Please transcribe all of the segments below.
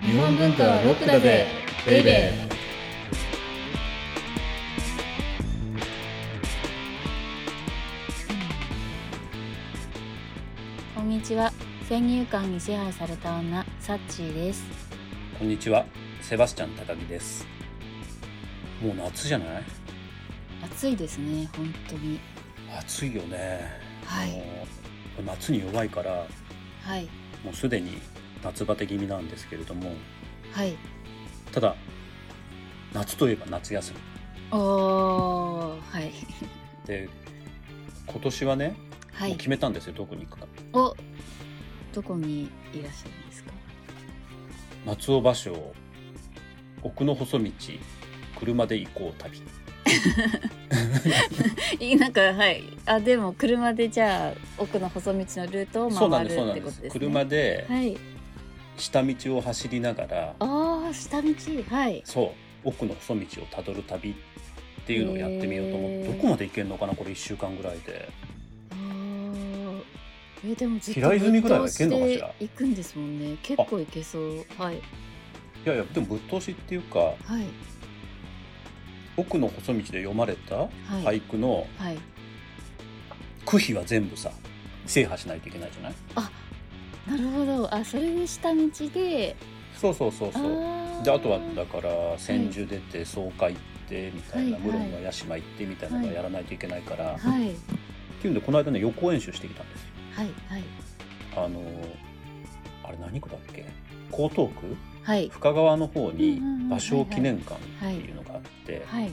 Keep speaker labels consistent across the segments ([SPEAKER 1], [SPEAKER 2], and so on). [SPEAKER 1] 日本文化はロックだぜベイベー
[SPEAKER 2] こんにちは先入観に支配された女サッチーです
[SPEAKER 3] こんにちは、セバスチャン高木です。もう夏じゃない
[SPEAKER 2] 暑いですね本当に
[SPEAKER 3] 暑いよね。
[SPEAKER 2] はい
[SPEAKER 3] もう夏に弱いから、
[SPEAKER 2] はい
[SPEAKER 3] もうすでに夏バテ気味なんですけれども、
[SPEAKER 2] はい
[SPEAKER 3] ただ、夏といえば夏休み。
[SPEAKER 2] おーはい
[SPEAKER 3] で、今年はね、
[SPEAKER 2] は
[SPEAKER 3] もう
[SPEAKER 2] い
[SPEAKER 3] 決めたんですよ、どこに行くか。
[SPEAKER 2] おどこにいらっしゃるんですか
[SPEAKER 3] 松尾芭蕉、奥の細道、車で行こう旅。
[SPEAKER 2] いなんかはいあでも車でじゃあ奥の細道のルートを
[SPEAKER 3] そうなん
[SPEAKER 2] 回る
[SPEAKER 3] です、そう
[SPEAKER 2] っ
[SPEAKER 3] なん
[SPEAKER 2] て
[SPEAKER 3] で
[SPEAKER 2] こと
[SPEAKER 3] す。
[SPEAKER 2] ですね
[SPEAKER 3] 車で
[SPEAKER 2] はい
[SPEAKER 3] 下道を走りながら、
[SPEAKER 2] ああ下道はい
[SPEAKER 3] そう奥の細道をたどる旅っていうのをやってみようと思って、
[SPEAKER 2] へー
[SPEAKER 3] どこまで行けるのかなこれ1週間ぐらいで
[SPEAKER 2] あーえでもずっと
[SPEAKER 3] 平泉ぐらいは行けんのかしら
[SPEAKER 2] ぶっ通して行くんですもんね結構行けそうはい
[SPEAKER 3] いやいやでもぶっ通しっていうか
[SPEAKER 2] はい
[SPEAKER 3] 奥の細道で読まれた
[SPEAKER 2] はい
[SPEAKER 3] 俳句の
[SPEAKER 2] はい
[SPEAKER 3] 句碑は全部さ制覇しないといけないじゃない
[SPEAKER 2] なるほどあそれで下道で
[SPEAKER 3] そうそうそう
[SPEAKER 2] あ
[SPEAKER 3] そう
[SPEAKER 2] ー
[SPEAKER 3] であとはだから千住出て草加行ってみたいな、
[SPEAKER 2] はい
[SPEAKER 3] 室の屋島行ってみたいなの
[SPEAKER 2] は
[SPEAKER 3] が
[SPEAKER 2] い
[SPEAKER 3] やらないといけないから、っ
[SPEAKER 2] はい
[SPEAKER 3] ていうんでこの間ね予行演習してきたんですよ
[SPEAKER 2] はいはい
[SPEAKER 3] あのあれ何区だっけ江東区
[SPEAKER 2] はい
[SPEAKER 3] 深川の方に
[SPEAKER 2] うんうんうん
[SPEAKER 3] 芭蕉記念館っていうのがあって、
[SPEAKER 2] はい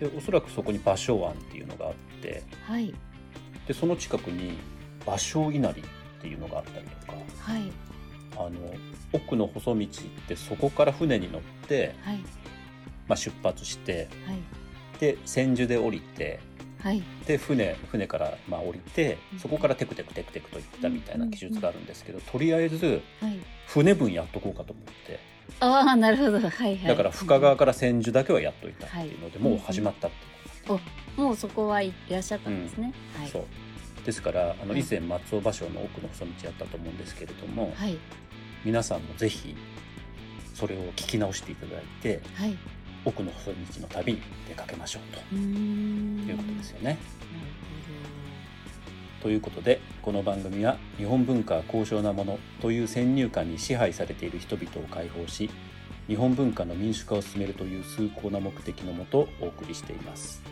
[SPEAKER 3] でおそらくそこに芭蕉庵っていうのがあって
[SPEAKER 2] はい
[SPEAKER 3] でその近くに芭蕉稲荷っていうのがあったりとか
[SPEAKER 2] はい
[SPEAKER 3] あの奥の細道ってそこから船に乗って、
[SPEAKER 2] はい
[SPEAKER 3] まあ、出発して
[SPEAKER 2] はい
[SPEAKER 3] で千住で降りて
[SPEAKER 2] はい
[SPEAKER 3] で船船からまあ降りて
[SPEAKER 2] うん
[SPEAKER 3] そこからテクテクテクテクと行ったみたいな記述があるんですけど、とりあえず
[SPEAKER 2] はい
[SPEAKER 3] 船分やっとこうかと思って
[SPEAKER 2] ああなるほどはいはい
[SPEAKER 3] だから深川から千住だけはやっといたっていうので、
[SPEAKER 2] はい
[SPEAKER 3] もう始まったっていう。
[SPEAKER 2] もうそこはいらっしゃったんですね、はい
[SPEAKER 3] そうですからあの
[SPEAKER 2] はい
[SPEAKER 3] 以前松尾芭蕉の奥の細道やったと思うんですけれども、
[SPEAKER 2] はい
[SPEAKER 3] 皆さんもぜひそれを聞き直していただいて
[SPEAKER 2] はい
[SPEAKER 3] 奥の細道の旅に出かけましょう
[SPEAKER 2] うーん
[SPEAKER 3] ということですよね。
[SPEAKER 2] なる
[SPEAKER 3] ということでこの番組は日本文化は高尚なものという先入観に支配されている人々を解放し日本文化の民主化を進めるという崇高な目的のもとお送りしています。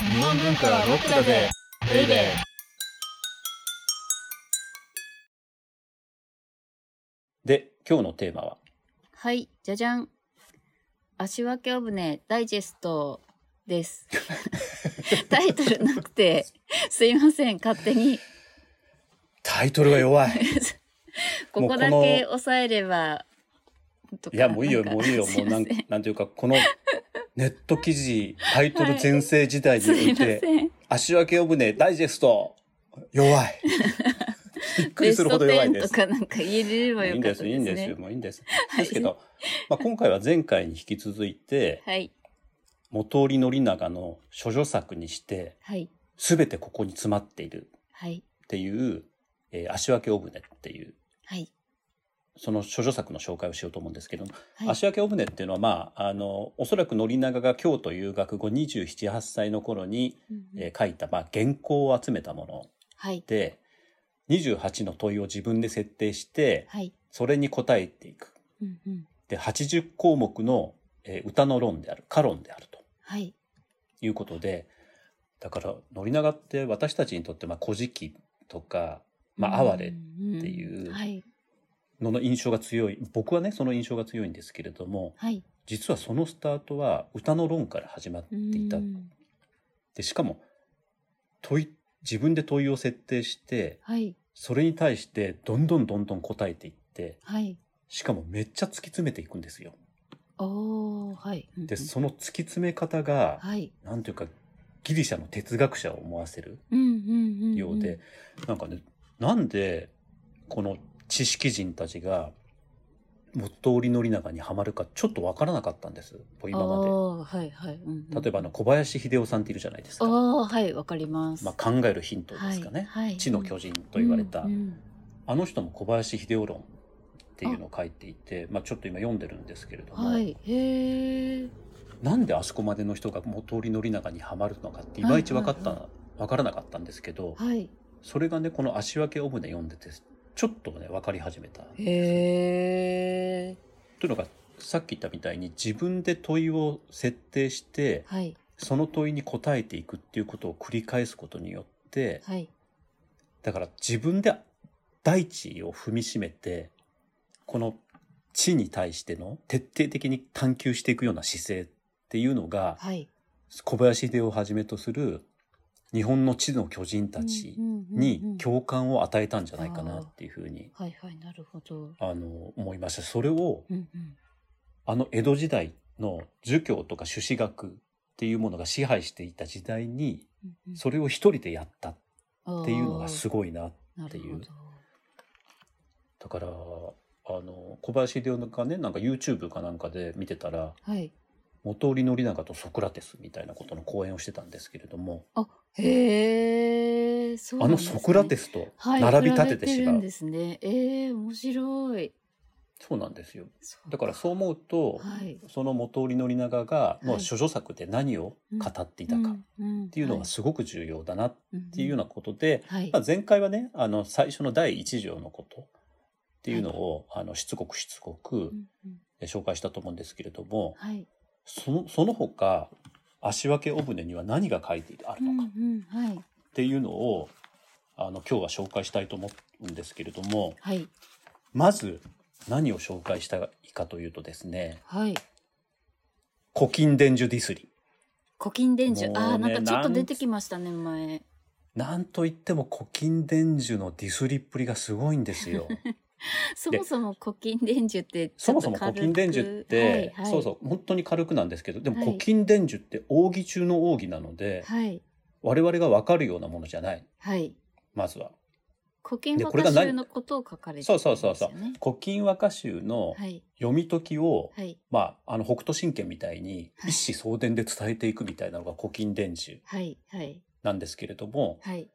[SPEAKER 1] 日本文化はロックだぜベイベー
[SPEAKER 3] で今日のテーマは
[SPEAKER 2] ほどはいじゃじゃん足分けお船ダイジェストです タイトルなくてすいません勝手に
[SPEAKER 3] タイトルが弱い
[SPEAKER 2] ここだ
[SPEAKER 3] もう
[SPEAKER 2] け
[SPEAKER 3] この
[SPEAKER 2] 押さえればとか
[SPEAKER 3] いや、もういいよ、
[SPEAKER 2] なんか
[SPEAKER 3] もういいよ、
[SPEAKER 2] す
[SPEAKER 3] もう
[SPEAKER 2] ませ
[SPEAKER 3] なんん、なんていうか、このネット記事、タイトル全盛時代に
[SPEAKER 2] す
[SPEAKER 3] お
[SPEAKER 2] み
[SPEAKER 3] い
[SPEAKER 2] ま
[SPEAKER 3] て、
[SPEAKER 2] せん。
[SPEAKER 3] 足分け呼ぶね、ダイジェスト、弱い。びっく
[SPEAKER 2] ベ
[SPEAKER 3] り
[SPEAKER 2] ス
[SPEAKER 3] す
[SPEAKER 2] ト
[SPEAKER 3] るほど弱い
[SPEAKER 2] 10
[SPEAKER 3] で
[SPEAKER 2] と
[SPEAKER 3] す。
[SPEAKER 2] かなんか言えれ
[SPEAKER 3] もう
[SPEAKER 2] ば
[SPEAKER 3] いい
[SPEAKER 2] よ
[SPEAKER 3] ん
[SPEAKER 2] かっ
[SPEAKER 3] で
[SPEAKER 2] た
[SPEAKER 3] す、いい
[SPEAKER 2] で
[SPEAKER 3] ん
[SPEAKER 2] す
[SPEAKER 3] です
[SPEAKER 2] ね
[SPEAKER 3] よ、。もういいんです。
[SPEAKER 2] はい
[SPEAKER 3] ですけど、まあ、今回は前回に引き続いて、
[SPEAKER 2] はい。
[SPEAKER 3] 元織宣長の諸女作にして、
[SPEAKER 2] はい。
[SPEAKER 3] すべてここに詰まっている
[SPEAKER 2] はい。
[SPEAKER 3] っていう、えー足分けオブネっていう、
[SPEAKER 2] はい。
[SPEAKER 3] その諸女作の紹介をしようと思うんですけども、
[SPEAKER 2] はい。
[SPEAKER 3] 足明けお船っていうのは、まあ、あのおそらく宣長が京都留学後278歳の頃に、
[SPEAKER 2] うんうん
[SPEAKER 3] えー書いた、まあ、原稿を集めたもの
[SPEAKER 2] はい。
[SPEAKER 3] で28の問いを自分で設定して
[SPEAKER 2] はい。
[SPEAKER 3] それに答えていく
[SPEAKER 2] うんうん。
[SPEAKER 3] で80項目の、えー歌の論である歌論であると
[SPEAKER 2] はい。
[SPEAKER 3] いうことでだから宣長って私たちにとって、まあ、古事記とか、まあ、哀れ
[SPEAKER 2] って
[SPEAKER 3] いう
[SPEAKER 2] はい。
[SPEAKER 3] のの印象が強い僕はねその印象が強いんですけれども
[SPEAKER 2] はい。
[SPEAKER 3] 実はそのスタートは歌の論から始まっていた
[SPEAKER 2] うん
[SPEAKER 3] でしかも問い自分で問いを設定して
[SPEAKER 2] はい。
[SPEAKER 3] それに対してどんどんどんどん答えていって
[SPEAKER 2] はい。
[SPEAKER 3] しかもめっちゃ突き詰めていくんですよ。
[SPEAKER 2] おー。はい。うんうん
[SPEAKER 3] でその突き詰め方が
[SPEAKER 2] はい。
[SPEAKER 3] 何ていうかギリシャの哲学者を思わせる
[SPEAKER 2] うんうんうんん。
[SPEAKER 3] ようで、なんかねなんでこの知識人たちがもう通り宣長にはまるかちょっと分からなかったんです僕今
[SPEAKER 2] あ
[SPEAKER 3] ま
[SPEAKER 2] あはいはい、うんう
[SPEAKER 3] で
[SPEAKER 2] ん
[SPEAKER 3] 例えばあの小林秀夫さんっているじゃないです
[SPEAKER 2] あ
[SPEAKER 3] か、
[SPEAKER 2] あはいわかります、
[SPEAKER 3] まあ、考えるヒントですかね、
[SPEAKER 2] はいはい
[SPEAKER 3] 知の巨人と言われた、
[SPEAKER 2] うんうん
[SPEAKER 3] あの人も小林秀夫論っていうのを書いていてまあ、ちょっと今読んでるんですけれども、
[SPEAKER 2] はいへえ
[SPEAKER 3] なんであそこまでの人がもう通り宣長にはまるのかっていまいち分かった、
[SPEAKER 2] はいはい
[SPEAKER 3] 分からなかったんですけど
[SPEAKER 2] はい
[SPEAKER 3] それがねこの「足分けオブネ」読んでてちょっとね分かり始めた。
[SPEAKER 2] へえ
[SPEAKER 3] というのがさっき言ったみたいに自分で問いを設定して
[SPEAKER 2] はい
[SPEAKER 3] その問いに答えていくっていうことを繰り返すことによって
[SPEAKER 2] はい
[SPEAKER 3] だから自分で大地を踏みしめてこの地に対しての徹底的に探求していくような姿勢っていうのが
[SPEAKER 2] はい
[SPEAKER 3] 小林秀夫をはじめとする日本の地の巨人たちに
[SPEAKER 2] 日
[SPEAKER 3] 共感を与えたんじゃないかなっていうふうに
[SPEAKER 2] はいはいなるほど
[SPEAKER 3] あの思いました。それを
[SPEAKER 2] うんうん
[SPEAKER 3] あの江戸時代の儒教とか朱子学っていうものが支配していた時代に
[SPEAKER 2] うんうん
[SPEAKER 3] それを一人でやったっ
[SPEAKER 2] あー
[SPEAKER 3] ていうのがすごいな。
[SPEAKER 2] な
[SPEAKER 3] て
[SPEAKER 2] る
[SPEAKER 3] いう
[SPEAKER 2] ほど
[SPEAKER 3] だからあの小林秀夫がねなんか YouTube かなんかで見てたら
[SPEAKER 2] はい
[SPEAKER 3] 元織宣長とソクラテスみたいなことの講演をしてたんですけれども、
[SPEAKER 2] あへえそうな
[SPEAKER 3] あ
[SPEAKER 2] ん
[SPEAKER 3] の
[SPEAKER 2] ですね
[SPEAKER 3] ソクラテスと
[SPEAKER 2] はい
[SPEAKER 3] 並び立てて
[SPEAKER 2] 比べ
[SPEAKER 3] し
[SPEAKER 2] る
[SPEAKER 3] まう、
[SPEAKER 2] んですねえー、面白い
[SPEAKER 3] そうなんですよ
[SPEAKER 2] そう
[SPEAKER 3] だからそう思うと、
[SPEAKER 2] はい
[SPEAKER 3] その元織宣長が、ま
[SPEAKER 2] は
[SPEAKER 3] あ、
[SPEAKER 2] い
[SPEAKER 3] 諸女作で何を語っていたかっ
[SPEAKER 2] って
[SPEAKER 3] いうのがすごく重要だなっ
[SPEAKER 2] って
[SPEAKER 3] いうようなことで、
[SPEAKER 2] はい
[SPEAKER 3] まあ、前回はねあの最初の第1条のことっていうのを、あのしつこくしつこく
[SPEAKER 2] うんうん
[SPEAKER 3] え紹介したと思うんですけれども、
[SPEAKER 2] はい
[SPEAKER 3] そのその他足分けお船には何が書いてある
[SPEAKER 2] うん
[SPEAKER 3] の
[SPEAKER 2] う
[SPEAKER 3] か
[SPEAKER 2] んはい
[SPEAKER 3] っていうのを、あの今日は紹介したいと思うんですけれども
[SPEAKER 2] はい
[SPEAKER 3] まず何を紹介したいかというとですね
[SPEAKER 2] はい
[SPEAKER 3] 「古今伝授ディスリ」。
[SPEAKER 2] 古今伝授
[SPEAKER 3] もう
[SPEAKER 2] ああー
[SPEAKER 3] ね
[SPEAKER 2] なんかちょっ
[SPEAKER 3] な
[SPEAKER 2] と
[SPEAKER 3] ん
[SPEAKER 2] 出てきましたね前
[SPEAKER 3] なんといっても古今伝授のディスりっぷりがすごいんですよ。
[SPEAKER 2] そもそも古今伝授って ち
[SPEAKER 3] そ
[SPEAKER 2] ょ
[SPEAKER 3] も
[SPEAKER 2] っと
[SPEAKER 3] そも
[SPEAKER 2] 軽
[SPEAKER 3] 古
[SPEAKER 2] く
[SPEAKER 3] 今伝授って、
[SPEAKER 2] はいはい、
[SPEAKER 3] そうそう本当に軽くなんですけどでも
[SPEAKER 2] はい
[SPEAKER 3] 古今伝授って奥義中の奥義なので、
[SPEAKER 2] はい
[SPEAKER 3] 我々が分かるようなものじゃない
[SPEAKER 2] はい
[SPEAKER 3] まずは。
[SPEAKER 2] 古今和
[SPEAKER 3] でこれが
[SPEAKER 2] 歌集
[SPEAKER 3] 何
[SPEAKER 2] のことを書かれて
[SPEAKER 3] そうそうそうそう
[SPEAKER 2] るんですよね
[SPEAKER 3] 古今和歌集の
[SPEAKER 2] はい
[SPEAKER 3] 読み解きを、
[SPEAKER 2] はい
[SPEAKER 3] まあ、あの北斗神拳みたいに
[SPEAKER 2] はい
[SPEAKER 3] 一子相伝で伝えていくみたいなのが古今伝授
[SPEAKER 2] はいはい
[SPEAKER 3] なんですけれども
[SPEAKER 2] はい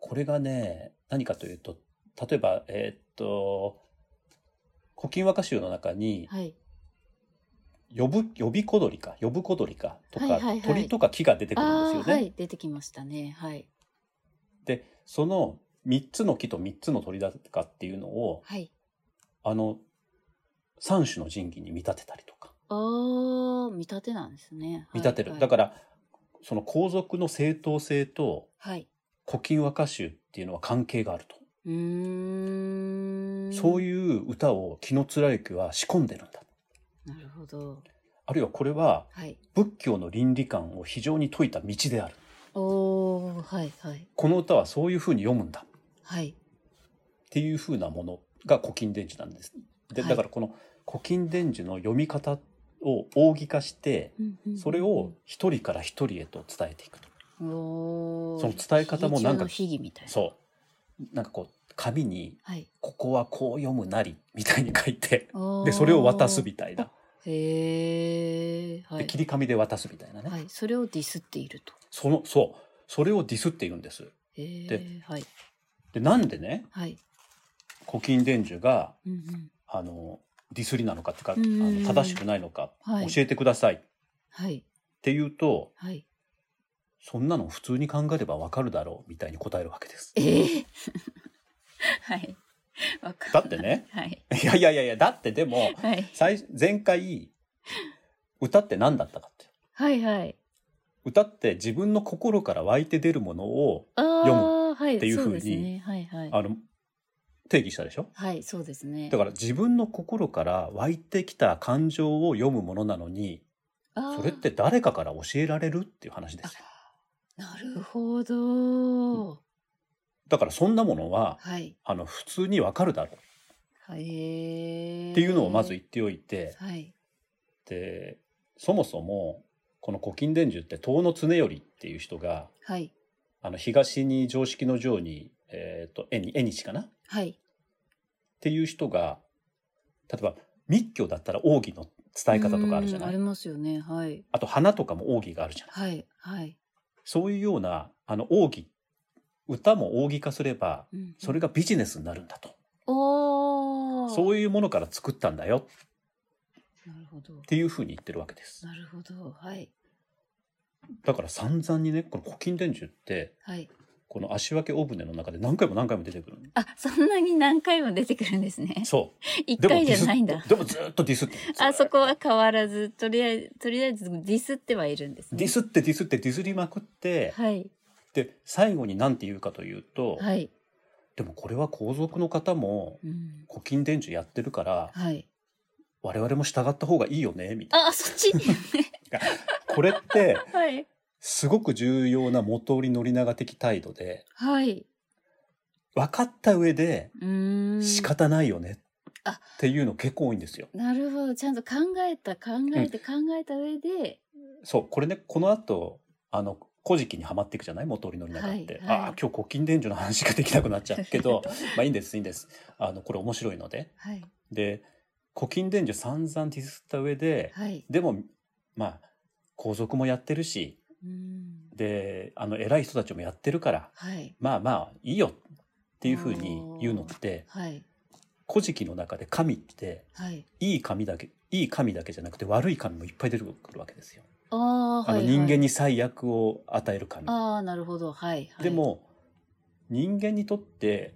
[SPEAKER 3] これがね何かというと例えばえーっと古今和歌集の中に
[SPEAKER 2] はい
[SPEAKER 3] 呼ぶ呼び小鳥か呼ぶ小鳥かとか、
[SPEAKER 2] はいはいはい
[SPEAKER 3] 鳥とか木が出てくるん
[SPEAKER 2] あ
[SPEAKER 3] です
[SPEAKER 2] あ
[SPEAKER 3] よ
[SPEAKER 2] ー
[SPEAKER 3] ね。
[SPEAKER 2] はい出てきましたねはい
[SPEAKER 3] でその3つの木と3つの鳥だとかっていうのを
[SPEAKER 2] はい
[SPEAKER 3] あの3種の神器に見立てたりとか
[SPEAKER 2] ああ見立てなんですね
[SPEAKER 3] 見立てる、だ
[SPEAKER 2] ら
[SPEAKER 3] からその皇族の正当性と
[SPEAKER 2] はい
[SPEAKER 3] 古今和歌集っていうのは関係があると、
[SPEAKER 2] うーん
[SPEAKER 3] そう
[SPEAKER 2] う
[SPEAKER 3] いう歌を紀貫之は仕込んでるんだ
[SPEAKER 2] なるほど
[SPEAKER 3] あるいはこれは
[SPEAKER 2] はい
[SPEAKER 3] 仏教の倫理観を非常に説いた道である
[SPEAKER 2] おーはいはい
[SPEAKER 3] この歌はそういうふうに読むんだ
[SPEAKER 2] はい
[SPEAKER 3] っていうふうなものが古今伝授なんです。で
[SPEAKER 2] はい
[SPEAKER 3] だからこの古今伝授の読み方を奥義化してそれを一人から一人へと伝えていくと。
[SPEAKER 2] その
[SPEAKER 3] その伝え方もなんか
[SPEAKER 2] 秘技みたいな
[SPEAKER 3] そう。なんかこう紙に
[SPEAKER 2] はい
[SPEAKER 3] ここはこう読むなりみたいに書いてで
[SPEAKER 2] で
[SPEAKER 3] それを渡すみたいな。
[SPEAKER 2] へえは
[SPEAKER 3] で
[SPEAKER 2] い
[SPEAKER 3] 切り紙で渡すみたいなね。
[SPEAKER 2] はいそれをディスっていると
[SPEAKER 3] そのそうそれをディスって言うんです。
[SPEAKER 2] へえ
[SPEAKER 3] で
[SPEAKER 2] はい
[SPEAKER 3] でなんでね
[SPEAKER 2] はい
[SPEAKER 3] 古今伝授が
[SPEAKER 2] うんうん
[SPEAKER 3] あのディスりなのかっていうかあ
[SPEAKER 2] うんうんうん
[SPEAKER 3] の正しくないのか
[SPEAKER 2] はい
[SPEAKER 3] 教えてくださいっ
[SPEAKER 2] はい
[SPEAKER 3] ていうと。
[SPEAKER 2] はい
[SPEAKER 3] そんなの普通に考えればわかるだろうみたいに答えるわけです。
[SPEAKER 2] えー はいわかん、
[SPEAKER 3] だってね
[SPEAKER 2] はい
[SPEAKER 3] いやいやいやいや、だってでも、
[SPEAKER 2] はい
[SPEAKER 3] 最前回、歌って何だったかって。
[SPEAKER 2] はいはい
[SPEAKER 3] 歌って自分の心から湧いて出るものを、
[SPEAKER 2] あ
[SPEAKER 3] む
[SPEAKER 2] あはい
[SPEAKER 3] っていう
[SPEAKER 2] そう
[SPEAKER 3] 風に
[SPEAKER 2] ですねはいはい
[SPEAKER 3] あの、定義したでしょ
[SPEAKER 2] はいそうですね
[SPEAKER 3] だから自分の心から湧いてきた感情を読むものなのに、
[SPEAKER 2] あー
[SPEAKER 3] それって誰かから教えられるっていう話ですよ。
[SPEAKER 2] なるほど
[SPEAKER 3] だからそんなものは、
[SPEAKER 2] はい
[SPEAKER 3] あの、普通にわかるだろうっ
[SPEAKER 2] はいへえ
[SPEAKER 3] ていうのをまず言っておいて、
[SPEAKER 2] はい
[SPEAKER 3] でそもそもこの古今伝授って遠野常頼っていう人が
[SPEAKER 2] はい
[SPEAKER 3] あの東に常識の上に、えー、と縁に縁日かなっ
[SPEAKER 2] はい
[SPEAKER 3] ていう人が例えば密教だったら奥義の伝え方とかあるじゃな
[SPEAKER 2] うんあ
[SPEAKER 3] い
[SPEAKER 2] りますよね。はい。
[SPEAKER 3] あと花とかも奥義があるじゃない
[SPEAKER 2] はい。はい。
[SPEAKER 3] そういうようなあの奥義歌も奥義化すれば
[SPEAKER 2] うん
[SPEAKER 3] それがビジネスになるんだと
[SPEAKER 2] おお。
[SPEAKER 3] そういうものから作ったんだよっ
[SPEAKER 2] なるほど。
[SPEAKER 3] ていうふうに言ってるわけです
[SPEAKER 2] なるほど。はい。
[SPEAKER 3] だから散々にねこの古今伝授って
[SPEAKER 2] はい。
[SPEAKER 3] この足分け大船の中で何回も何回も出てくるの
[SPEAKER 2] あ、そんなに何回も出てくるんです ね。
[SPEAKER 3] そ
[SPEAKER 2] 一
[SPEAKER 3] うでも
[SPEAKER 2] 回
[SPEAKER 3] デ
[SPEAKER 2] じ
[SPEAKER 3] ィス
[SPEAKER 2] ゃ
[SPEAKER 3] っ
[SPEAKER 2] ないんだ。
[SPEAKER 3] でもずっとディスって
[SPEAKER 2] あそこは変わらず、とりあえず、とりあえずディスってはいるんですね。
[SPEAKER 3] ディスってディスってディスりまくって、
[SPEAKER 2] はい。
[SPEAKER 3] で最後に何て言うかというと、
[SPEAKER 2] はい。
[SPEAKER 3] でもこれは皇族の方も
[SPEAKER 2] うん。
[SPEAKER 3] 古今伝授やってるから
[SPEAKER 2] はい。
[SPEAKER 3] 我々も従った方がいいよねみたい
[SPEAKER 2] あ、そっち。
[SPEAKER 3] なこれって
[SPEAKER 2] はい。
[SPEAKER 3] すごく重要な元織宣長的態度で
[SPEAKER 2] はい。
[SPEAKER 3] 分かった上で
[SPEAKER 2] うーん。
[SPEAKER 3] 仕方ないよね
[SPEAKER 2] あ
[SPEAKER 3] っていうの結構多いんですよ。
[SPEAKER 2] なるほど。ちゃんと考えた、考えて、考えた上で、
[SPEAKER 3] そうこれねこの後あの古事記にはまっていくじゃない元織宣長って、
[SPEAKER 2] はいはい
[SPEAKER 3] ああ今日古今伝授の話ができなくなっちゃう けどまあいいんですいいんですあのこれ面白いので
[SPEAKER 2] はい。
[SPEAKER 3] で古今伝授散々ディスった上で、
[SPEAKER 2] はい。
[SPEAKER 3] でもまあ皇族もやってるし
[SPEAKER 2] うーん。
[SPEAKER 3] であの偉い人たちもやってるから
[SPEAKER 2] はい。
[SPEAKER 3] まあまあいいよっていうふうに言うのって
[SPEAKER 2] はい。
[SPEAKER 3] 「古事記」の中で神って
[SPEAKER 2] はい。
[SPEAKER 3] いい神だけいい神だけじゃなくて悪い神もいっぱい出てくるわけですよ。
[SPEAKER 2] ああ、はい。
[SPEAKER 3] あの人間
[SPEAKER 2] はい
[SPEAKER 3] に最悪を与える神。
[SPEAKER 2] ああ、なるほど。はい。はい
[SPEAKER 3] で、も人間にとって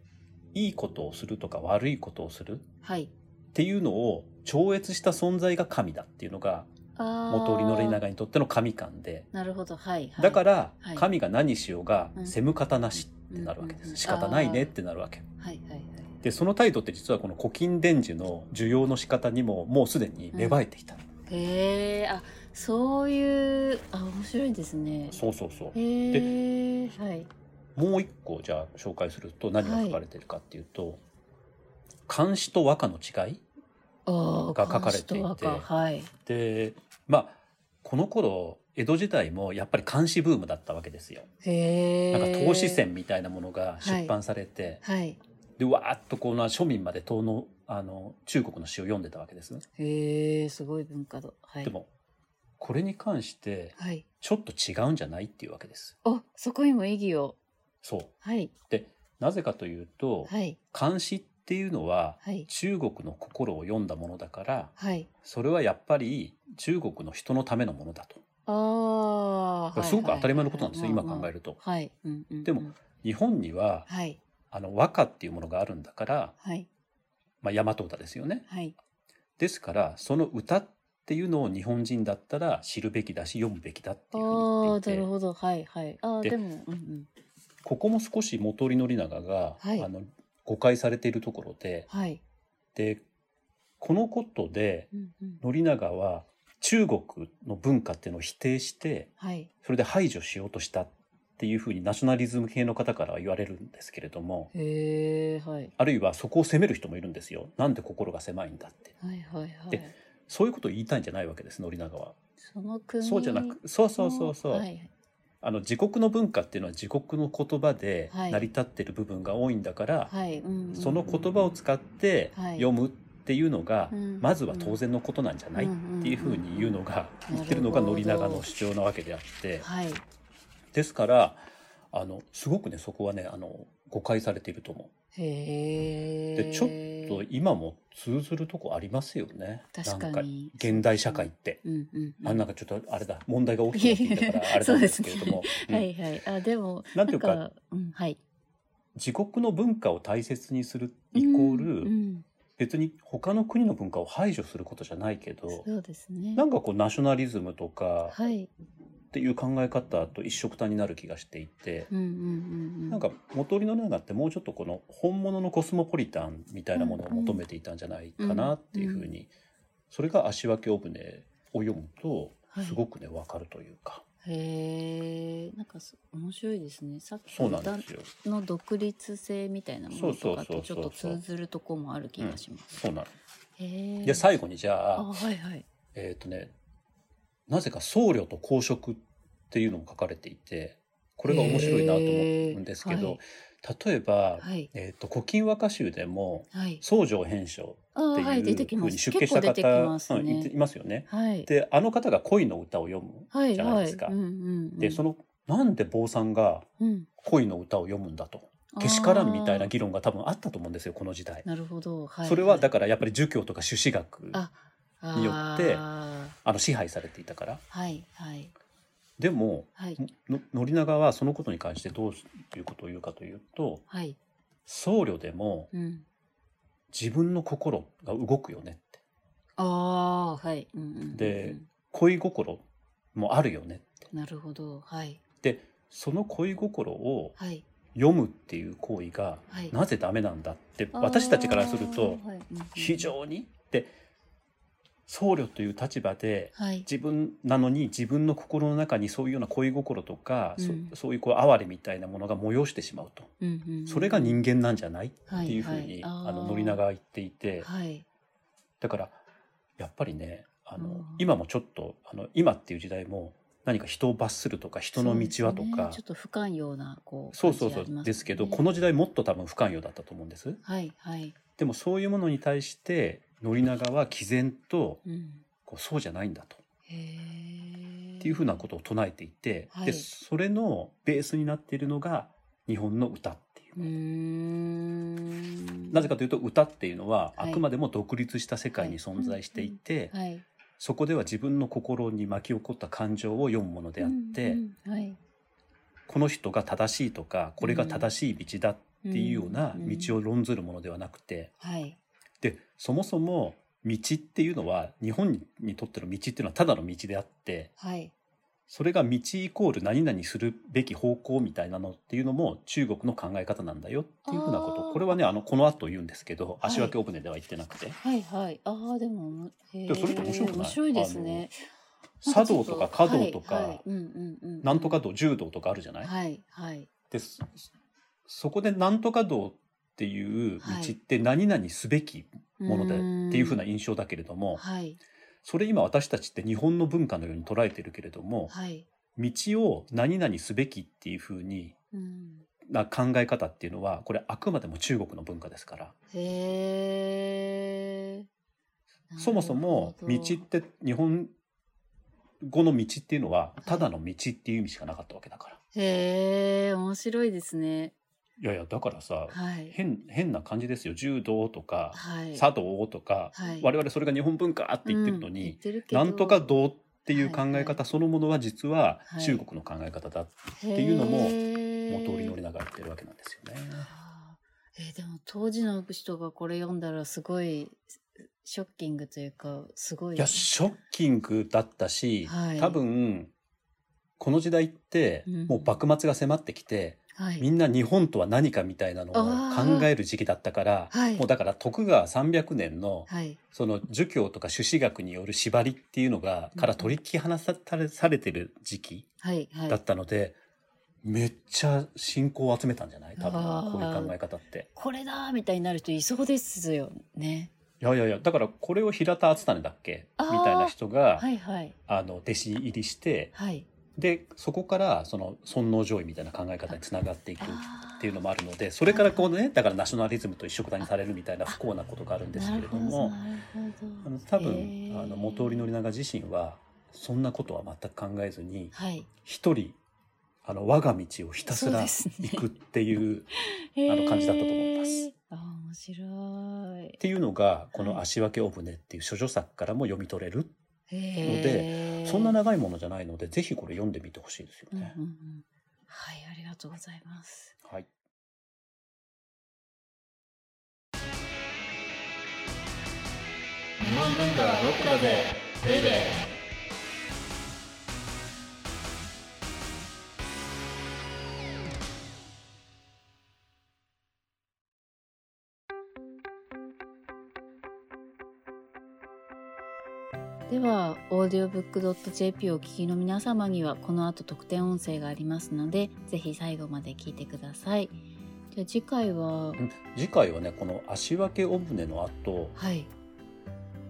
[SPEAKER 3] いいことをするとか悪いことをするっ
[SPEAKER 2] はい。
[SPEAKER 3] ていうのを超越した存在が神だっていうのが
[SPEAKER 2] ああ。
[SPEAKER 3] 元織宣長にとっての神観で。
[SPEAKER 2] なるほど。はい。はい
[SPEAKER 3] だから、
[SPEAKER 2] はい
[SPEAKER 3] 神が何しようが、
[SPEAKER 2] うん
[SPEAKER 3] せむ方なしってなるわけで
[SPEAKER 2] うんうんうん
[SPEAKER 3] す。仕方ないねってなるわけ。
[SPEAKER 2] はい。はい。はい。
[SPEAKER 3] で、その態度って実はこの古今伝授の需要の仕方にも、もうすでに芽生えていた。
[SPEAKER 2] へえ、あ、そういう、あ、面白いですね。
[SPEAKER 3] そうそうそう。
[SPEAKER 2] へえ、はい。
[SPEAKER 3] もう一個、じゃあ紹介すると何が書かれてるかっていうと、漢詩と和歌の違い
[SPEAKER 2] ああ、
[SPEAKER 3] が書かれていて
[SPEAKER 2] 漢詩と和歌はい。
[SPEAKER 3] で、まあ、この頃、江戸時代もやっぱり漢詩ブームだったわけですよ。
[SPEAKER 2] へえ。
[SPEAKER 3] なんか投資戦みたいなものが出版されて、
[SPEAKER 2] はい。
[SPEAKER 3] で、わーっとこの庶民まで東の、あの、中国の詩を読んでたわけですね。
[SPEAKER 2] へえ、すごい文化だ。はい。
[SPEAKER 3] でもこれに関して
[SPEAKER 2] はい。
[SPEAKER 3] ちょっと違うんじゃないっていうわけです。
[SPEAKER 2] お、そこにも意義を。
[SPEAKER 3] そう
[SPEAKER 2] はい。
[SPEAKER 3] なぜかというと、
[SPEAKER 2] はい。
[SPEAKER 3] 漢詩っていうのは
[SPEAKER 2] はい。
[SPEAKER 3] 中国の心を読んだものだから
[SPEAKER 2] はい。
[SPEAKER 3] それはやっぱり中国の人のためのものだと。
[SPEAKER 2] ああ。
[SPEAKER 3] すごく当たり前のことなんですよ、今考え
[SPEAKER 2] る
[SPEAKER 3] ると。
[SPEAKER 2] はい。うんうんうん
[SPEAKER 3] でも。日本には
[SPEAKER 2] はい。
[SPEAKER 3] あの和歌っていうものがあるんだから、
[SPEAKER 2] はい。
[SPEAKER 3] まあ、大和歌ですよね。
[SPEAKER 2] はい。
[SPEAKER 3] ですからその歌っていうのを日本人だったら知るべきだし読むべきだって
[SPEAKER 2] ああ
[SPEAKER 3] いうふうに言っ
[SPEAKER 2] ー、
[SPEAKER 3] てい
[SPEAKER 2] な
[SPEAKER 3] て
[SPEAKER 2] るほど。はい。はい。ああ、
[SPEAKER 3] で
[SPEAKER 2] でも。うんうん。
[SPEAKER 3] ここも少し元織宣長が、
[SPEAKER 2] はい
[SPEAKER 3] あの誤解されているところで
[SPEAKER 2] はい。
[SPEAKER 3] でこのことで
[SPEAKER 2] うんうん。
[SPEAKER 3] 宣長は中国の文化っていうのを否定して
[SPEAKER 2] はい。
[SPEAKER 3] それで排除しようとしたっていうふうにナショナリズム系の方からは言われるんですけれども
[SPEAKER 2] へえ、はい。
[SPEAKER 3] あるいはそこを責める人もいるんですよなんで心が狭いんだって
[SPEAKER 2] はい。はい。は
[SPEAKER 3] で
[SPEAKER 2] い。
[SPEAKER 3] そういうことを言いたいんじゃないわけです宣長は。
[SPEAKER 2] その国。
[SPEAKER 3] そうじゃなくそうそうそうそう、
[SPEAKER 2] はい。
[SPEAKER 3] あの自国の文化っていうのは自国の言葉で
[SPEAKER 2] はい
[SPEAKER 3] 成り立ってる部分が多いんだから、
[SPEAKER 2] はい。うんうんうん。
[SPEAKER 3] その言葉を使って
[SPEAKER 2] はい
[SPEAKER 3] 読むっていうのが、
[SPEAKER 2] うん
[SPEAKER 3] まずは当然のことなんじゃない、っていうふうに言うのが、言ってるのが宣長の主張なわけであって
[SPEAKER 2] はい。
[SPEAKER 3] ですからあのすごくねそこはねあの誤解されていると思
[SPEAKER 2] へえ。
[SPEAKER 3] う。でちょっと今も通ずるとこありますよね
[SPEAKER 2] 確
[SPEAKER 3] なん
[SPEAKER 2] かに。
[SPEAKER 3] 現代社会って。
[SPEAKER 2] うんうんうん。
[SPEAKER 3] あなんかちょっとあれだ問題が大きくなっていたからあれなんですけれども、 うん
[SPEAKER 2] はいはい。あ、でも、
[SPEAKER 3] なんていうか
[SPEAKER 2] うん、はい。
[SPEAKER 3] 自国の文化を大切にするイコール、
[SPEAKER 2] うん
[SPEAKER 3] 別に他の国の文化を排除することじゃないけ
[SPEAKER 2] う
[SPEAKER 3] ど、
[SPEAKER 2] んそうですね。
[SPEAKER 3] なんかこうナショナリズムとか
[SPEAKER 2] はい。
[SPEAKER 3] っていう考え方と一緒くたになる気がしていて、
[SPEAKER 2] うんうんうんうん。
[SPEAKER 3] なんか元織の長ってもうちょっとこの本物のコスモポリタンみたいなものを求めていたんじゃないかなっていうふうに、それが足分けお船を読むと
[SPEAKER 2] はい
[SPEAKER 3] すごくねわかるというか、
[SPEAKER 2] へえ、なんかそ面白いですね。さっき
[SPEAKER 3] そうなん
[SPEAKER 2] 歌
[SPEAKER 3] ですよ。
[SPEAKER 2] の独立性みたいなものとか
[SPEAKER 3] そ
[SPEAKER 2] と
[SPEAKER 3] う
[SPEAKER 2] ち
[SPEAKER 3] そう
[SPEAKER 2] ょっと
[SPEAKER 3] そうそう
[SPEAKER 2] 通ずるとこもある気がします。
[SPEAKER 3] そうなの。
[SPEAKER 2] へえ。
[SPEAKER 3] で最後にじゃ
[SPEAKER 2] あ、
[SPEAKER 3] あ
[SPEAKER 2] はいはい。
[SPEAKER 3] えっ、とねなぜか僧侶と公職っていうのも書かれていてこれが面白いなと思うんですけど、
[SPEAKER 2] へーはい
[SPEAKER 3] 例えば、
[SPEAKER 2] はい。
[SPEAKER 3] えっ、と古今和歌集でも
[SPEAKER 2] はい。
[SPEAKER 3] 僧正編集
[SPEAKER 2] ああ、はい、出てき
[SPEAKER 3] ふう
[SPEAKER 2] ま
[SPEAKER 3] に
[SPEAKER 2] す。
[SPEAKER 3] 出家
[SPEAKER 2] 結
[SPEAKER 3] し
[SPEAKER 2] 構
[SPEAKER 3] た
[SPEAKER 2] 出
[SPEAKER 3] 方
[SPEAKER 2] てきます
[SPEAKER 3] うんいて
[SPEAKER 2] ね。
[SPEAKER 3] いますよね。
[SPEAKER 2] はい。
[SPEAKER 3] であの方が恋の歌を読む
[SPEAKER 2] はい、
[SPEAKER 3] じゃない
[SPEAKER 2] は
[SPEAKER 3] で
[SPEAKER 2] い。
[SPEAKER 3] すか。
[SPEAKER 2] うんうんうん
[SPEAKER 3] でそのなんで坊さんが
[SPEAKER 2] うん
[SPEAKER 3] 恋の歌を読むんだとけしからんみたいな議論が多分あったと思うんですよこの時代
[SPEAKER 2] あー。なるほど。はい。
[SPEAKER 3] それはだ
[SPEAKER 2] か
[SPEAKER 3] からやっぱり儒教とか朱子学
[SPEAKER 2] あら
[SPEAKER 3] によって
[SPEAKER 2] は
[SPEAKER 3] あの支配されていたから。
[SPEAKER 2] い、はい、
[SPEAKER 3] でも
[SPEAKER 2] はい、
[SPEAKER 3] の宣長はそのことに関してどういうことを言うかというと
[SPEAKER 2] はい。
[SPEAKER 3] 僧侶でも
[SPEAKER 2] うん。
[SPEAKER 3] 自分の心が動くよねって
[SPEAKER 2] ああー、はい。うんうんうんうん
[SPEAKER 3] で、恋心もあるよねって
[SPEAKER 2] なるほど。はい、
[SPEAKER 3] でその恋心を
[SPEAKER 2] はい、
[SPEAKER 3] 読むっていう行為が
[SPEAKER 2] はい。
[SPEAKER 3] なぜダメなんだって私たちからすると
[SPEAKER 2] あー、はいうんうん
[SPEAKER 3] 非常にで僧侶という立場で
[SPEAKER 2] はい。
[SPEAKER 3] 自分なのに自分の心の中にそういうような恋心とか、そ
[SPEAKER 2] うん
[SPEAKER 3] そそういうこう哀れみたいなものが催してしまうと、
[SPEAKER 2] うんうんうん
[SPEAKER 3] それが人間なんじゃない
[SPEAKER 2] は
[SPEAKER 3] っ
[SPEAKER 2] い
[SPEAKER 3] ていうふうに、
[SPEAKER 2] はい
[SPEAKER 3] あ
[SPEAKER 2] あ
[SPEAKER 3] の
[SPEAKER 2] ー
[SPEAKER 3] 宣長は言っていて、
[SPEAKER 2] はい。
[SPEAKER 3] だからやっぱりねあの、
[SPEAKER 2] うん
[SPEAKER 3] 今もちょっとあの今っていう時代も何か人を罰するとか人の道はと
[SPEAKER 2] そう
[SPEAKER 3] か
[SPEAKER 2] ですねちょっと不寛容な、こう。
[SPEAKER 3] そうそうそう
[SPEAKER 2] 感じありますね
[SPEAKER 3] ですけどこの時代もっと多分不寛容だったと思うんです。
[SPEAKER 2] はい、はい。
[SPEAKER 3] でもそういうものに対して宣長は毅然と
[SPEAKER 2] うん。
[SPEAKER 3] こうそうじゃないんだと
[SPEAKER 2] へえ。
[SPEAKER 3] っていうふうなことを唱えていて、
[SPEAKER 2] はい
[SPEAKER 3] でそれのベースになっているのが日本の歌っていう
[SPEAKER 2] うーん。
[SPEAKER 3] なぜかというと歌っていうのはあ
[SPEAKER 2] はい
[SPEAKER 3] くまでも独立した世界に存在していて、
[SPEAKER 2] はい。
[SPEAKER 3] そこでは自分の心に巻き起こった感情を読むものであって、
[SPEAKER 2] うんうんはい。
[SPEAKER 3] この人が正しいとかこれが正しい道だっていうような道を論ずるものではなくて、
[SPEAKER 2] はい。
[SPEAKER 3] でそもそも道っていうのは日本にとっての道っていうのはただの道であって
[SPEAKER 2] はい。
[SPEAKER 3] それが道イコール何々するべき方向みたいなのっていうのも中国の考え方なんだよっていうふうなこと
[SPEAKER 2] あー
[SPEAKER 3] これはねあのこの後言うんですけど
[SPEAKER 2] はい
[SPEAKER 3] 足分けお船では言ってなくて、
[SPEAKER 2] はいはい。ああ、でもおも、へ
[SPEAKER 3] でもそれって面白くない
[SPEAKER 2] 面白いですね。なんち
[SPEAKER 3] 茶
[SPEAKER 2] ょ
[SPEAKER 3] 道
[SPEAKER 2] っ
[SPEAKER 3] とか華道とか、
[SPEAKER 2] はいはいうんうんうん、
[SPEAKER 3] なんとか道柔道とかあるじゃない、
[SPEAKER 2] はいはい。
[SPEAKER 3] でそそこでなんとか道っていう道って何々すべきものだっていうふうな
[SPEAKER 2] ーん
[SPEAKER 3] 印象だけれども、
[SPEAKER 2] はい
[SPEAKER 3] それ今私たちって日本の文化のように捉えてるけれども、
[SPEAKER 2] はい。
[SPEAKER 3] 道を何々すべきっていうふうに
[SPEAKER 2] うん、
[SPEAKER 3] な考え方っていうのはこれあくまでも中国の文化ですから
[SPEAKER 2] へえ。
[SPEAKER 3] そもそも
[SPEAKER 2] な
[SPEAKER 3] 道
[SPEAKER 2] る
[SPEAKER 3] っ
[SPEAKER 2] ほど
[SPEAKER 3] て日本語の道っていうのはただの道っていう意味しかなかったわけだから。
[SPEAKER 2] へえ、面白いですね。
[SPEAKER 3] いやいやだからさ
[SPEAKER 2] はい。
[SPEAKER 3] 変変な感じですよ柔道とか
[SPEAKER 2] はい。
[SPEAKER 3] 茶道とか
[SPEAKER 2] はい
[SPEAKER 3] 我々それが日本文化って言ってるの
[SPEAKER 2] うん言っ
[SPEAKER 3] に
[SPEAKER 2] てるけど
[SPEAKER 3] なんとか道っていう考
[SPEAKER 2] は
[SPEAKER 3] え
[SPEAKER 2] いは
[SPEAKER 3] 方そのものは実は
[SPEAKER 2] はい
[SPEAKER 3] 中国の考え方だ
[SPEAKER 2] って
[SPEAKER 3] いうのも
[SPEAKER 2] も
[SPEAKER 3] 元を乗りながら言ってるわけなんですよね。
[SPEAKER 2] あーえーでも当時の人がこれ読んだらすごいショッキングというかすごい
[SPEAKER 3] いやショッキングだったし、
[SPEAKER 2] はい
[SPEAKER 3] 多分この時代って
[SPEAKER 2] うん
[SPEAKER 3] もう幕末が迫ってきて、
[SPEAKER 2] はい
[SPEAKER 3] みんな日本とは何かみたいなの
[SPEAKER 2] あ
[SPEAKER 3] を
[SPEAKER 2] ー
[SPEAKER 3] 考える時期だったから、
[SPEAKER 2] はい
[SPEAKER 3] もうだから徳川300年の
[SPEAKER 2] はい
[SPEAKER 3] その儒教とか朱子学による縛りっていうのがから取り引き離されされてる時期
[SPEAKER 2] はいはい
[SPEAKER 3] だったので、めっちゃ信仰を集めたんじゃない多
[SPEAKER 2] あ
[SPEAKER 3] 分
[SPEAKER 2] ー
[SPEAKER 3] こういう考え方って。
[SPEAKER 2] これだーみたいになる人いそうですよね
[SPEAKER 3] いやいやいやだからこれを平田篤胤だっけ
[SPEAKER 2] あー
[SPEAKER 3] みたいな人が、
[SPEAKER 2] はいはい
[SPEAKER 3] あの弟子入りして
[SPEAKER 2] はい
[SPEAKER 3] でそこからその尊王攘夷みたいな考え方につながっていくっ
[SPEAKER 2] あ
[SPEAKER 3] ていうのもあるのでそれからこうねだからナショナリズムと一緒くたにされるみたいな不幸なことがあるん
[SPEAKER 2] ー
[SPEAKER 3] ですけれども
[SPEAKER 2] なるほど
[SPEAKER 3] あ
[SPEAKER 2] なるほ
[SPEAKER 3] の
[SPEAKER 2] ど
[SPEAKER 3] 多
[SPEAKER 2] へ
[SPEAKER 3] 分
[SPEAKER 2] ー
[SPEAKER 3] あの元織宣長自身はそんなことは全く考えずに
[SPEAKER 2] はい
[SPEAKER 3] 一人あの我が道をひたすら
[SPEAKER 2] そうですね
[SPEAKER 3] 行くっていうあの感じだったと思います
[SPEAKER 2] へーあー面白い
[SPEAKER 3] っていうのがこの
[SPEAKER 2] は
[SPEAKER 3] 「
[SPEAKER 2] い
[SPEAKER 3] 足分けお船」っていう諸女作からも読み取れる
[SPEAKER 2] へー
[SPEAKER 3] そんな長いものじゃないのでぜひこれ読んでみてほしいですよ
[SPEAKER 2] うんうんう
[SPEAKER 3] ね。
[SPEAKER 2] んはいありがとうございます
[SPEAKER 3] はい
[SPEAKER 1] 日本文化はロックだぜベイベー
[SPEAKER 2] では audiobook.jp をお聞きの皆様にはこの後特典音声がありますのでぜひ最後まで聞いてくださいじゃあ次回は
[SPEAKER 3] うん次回はねこの「足分けお船」の後
[SPEAKER 2] はい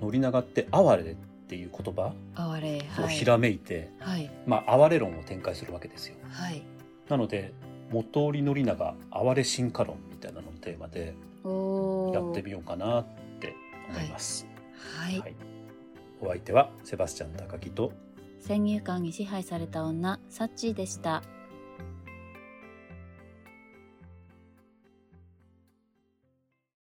[SPEAKER 3] 宣長って「哀れ」っていう言葉
[SPEAKER 2] 哀れ
[SPEAKER 3] を
[SPEAKER 2] はい
[SPEAKER 3] ひらめいて、
[SPEAKER 2] はい
[SPEAKER 3] まあ哀れ論を展開するわけですよ。
[SPEAKER 2] はい
[SPEAKER 3] なので元織宣長「哀れ進化論」みたいなのをテーマで
[SPEAKER 2] おー
[SPEAKER 3] やってみようかなって思います。
[SPEAKER 2] はい、
[SPEAKER 3] はいお相手はセバスチャン高木と
[SPEAKER 2] 先入観に支配された女サッチーでした